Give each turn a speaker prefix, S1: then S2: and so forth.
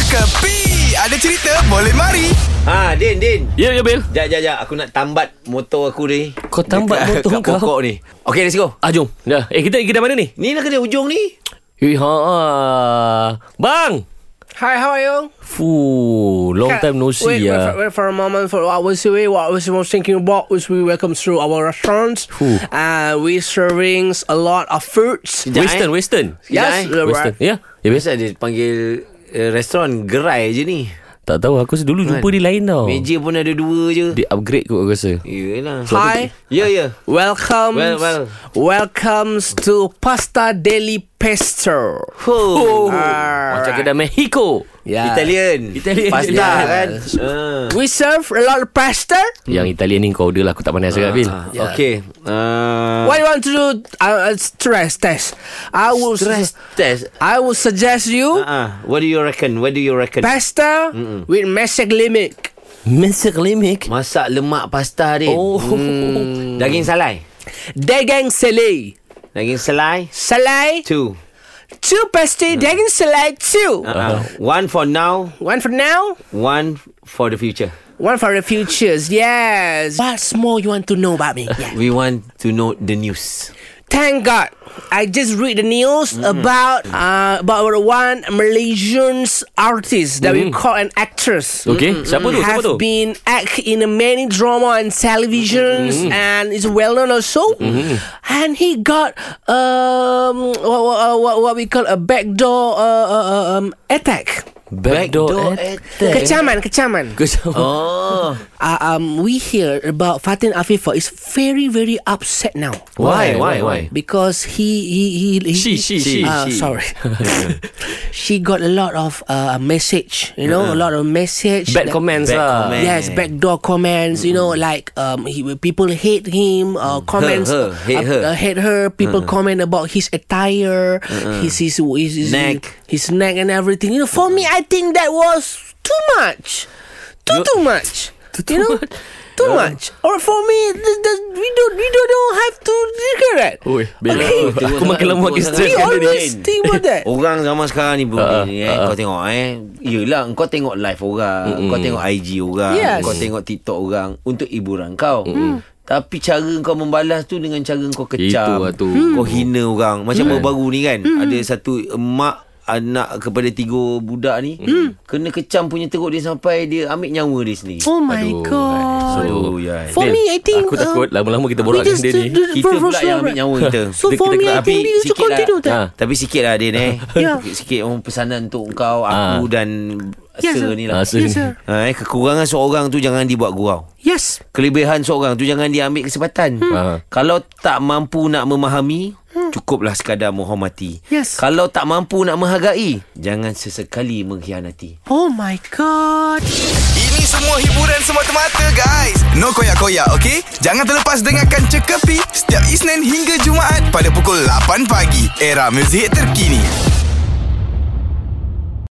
S1: Kepi Ada cerita boleh mari
S2: Ha, Din, Din.
S3: Ya, ya, Bil.
S2: Jap, jap, jap. Aku nak tambat motor aku ni.
S3: Kau tambat
S2: Dekat-
S3: motor
S2: kat
S3: kau?
S2: pokok ni. Okay, let's go.
S3: Ah, jom. Dah. Eh, kita kita mana ni?
S2: Ni lah kerja ujung ni.
S3: Hei, ha. Bang!
S4: Hi, how are you?
S3: Fu, long time no see
S4: Wait, wait, for,
S3: ya.
S4: wait for a moment. For what was we? What was we was thinking about? Was we welcome through our restaurants?
S3: Who?
S4: Uh, we servings a lot of foods.
S2: Sekejap,
S3: Western,
S2: eh.
S3: Western.
S4: Yes,
S2: eh?
S4: uh,
S3: Western.
S4: right.
S3: Ya, ya, Bil.
S2: Biasa dia panggil uh, restoran gerai je ni.
S3: Tak tahu aku dulu jumpa
S2: Kan?
S3: dia lain tau.
S2: Meja pun ada dua je.
S3: Dia upgrade kot aku rasa.
S2: Yelah.
S4: Hi.
S2: Ya, ya.
S4: Welcome,
S2: Well, well.
S4: welcomes to Pasta Deli Pesto.
S2: Oh.
S3: Macam kedai Mexico.
S2: Ya.
S4: Yeah.
S2: Italian.
S3: Ya. Italian. Ya.
S2: Pasta
S3: Italian.
S2: kan. Ah.
S4: We serve a lot of pasta.
S3: Yang Italian ni kau order lah Aku tak pandai sangat Bil
S2: Ah, Okay. Uh,
S4: What you want to do? Uh, uh, stress test. I will.
S2: Stress test.
S4: I will suggest you
S2: Uh, what do you reckon? What do you reckon?
S4: pasta with mashed limit.
S3: Mesir Klimek
S2: Masak lemak pasta Din
S3: Oh.
S2: hmm. Daging salai
S4: Daging selai.
S2: Daging salai
S4: Selai.
S2: Two
S4: Two pasty. Daging selai two.
S2: uh-huh. One for now
S4: One for now,
S2: One for the future
S4: one for the futures. Yes. What more you want to know about me? Yeah.
S2: We want to know the news
S4: Thank God. I just read the news about uh, about our one Malaysian artist that we call an actress.
S3: Okay, siapa tu? Siapa
S4: Have
S3: tu?
S4: been act in many drama and televisions and is well known also. And he got um what, what, what, what we call a backdoor uh, uh, um, attack.
S3: Backdoor attack
S4: Kecaman, kecaman.
S3: Kecam
S2: Oh
S4: uh, um, we hear about Fatin Afifah is very, very upset now
S2: Why? Why? Why?
S4: because he he he, he
S3: She, she, she.
S4: uh,
S2: She.
S4: sorry, she got a lot of uh, message. You know, a lot of message.
S3: Bad
S4: that-
S3: comments
S2: Bad
S3: lah
S2: comment.
S4: Yes, backdoor comments. You know, like um, he, people hate him. Uh, comments
S2: Mm. her, hate
S4: uh,
S2: her.
S4: uh, hate her. People comment about his attire, his, his his his
S2: Neck.
S4: his neck and everything. You know, for me, I think that was too much, too too much. you know. Too
S2: Uh-uh.
S4: much, or for me, th- th- we don't we don't, don't have to regret that.
S3: Oi, Bil
S2: Okay.
S3: Aku makin lama
S2: We
S3: makin stress
S4: lah. We
S3: kan dia ni.
S4: always think about that.
S2: Orang zaman sekarang ni bro, uh,
S3: Ah,
S2: eh, Kau tengok eh Yelah Kau tengok live orang Kau tengok IG orang
S4: Yes.
S2: Kau tengok TikTok orang Untuk hiburan kau Tapi cara kau membalas tu Dengan cara kau kecam
S3: Itu lah tu.
S2: Kau hina orang Macam baru-baru ni kan Ada satu mak Anak kepada tiga budak ni Kena kecam punya teruk dia Sampai dia ambil nyawa dia sendiri
S4: Oh my god.
S2: So yeah.
S4: For
S3: Bil,
S4: me, I think,
S3: Aku takut
S4: uh,
S3: lama-lama kita
S4: we
S3: borakkan
S4: just
S3: dia
S4: do-
S3: ni
S4: do-
S2: Kita
S4: for- for
S2: pula yang
S4: sure.
S2: ambil nyawa kita
S4: So for me, I think we should continue
S2: lah,
S4: that.
S2: ha. Tapi sikit lah Din eh
S4: Ya.
S2: Sikit orang pesanan untuk kau Aku
S3: Ah.
S2: dan
S4: Yes,
S2: Sir
S4: sir.
S2: ni lah
S3: Ah, Sir. Yes, sir.
S2: ha, eh, Kekurangan seorang tu Jangan dibuat gurau
S4: Yes.
S2: Kelebihan seorang tu Jangan diambil kesempatan
S4: Hmm.
S3: Ah.
S2: Kalau tak mampu nak memahami Cukuplah sekadar menghormati
S4: Yes.
S2: Kalau tak mampu nak menghargai Jangan sesekali mengkhianati
S4: Oh my god.
S1: Ini semua hiburan semata-mata guys No koyak-koyak ok Jangan terlepas dengarkan Cekapi Setiap Isnin hingga Jumaat Pada pukul 8 pagi Era muzik terkini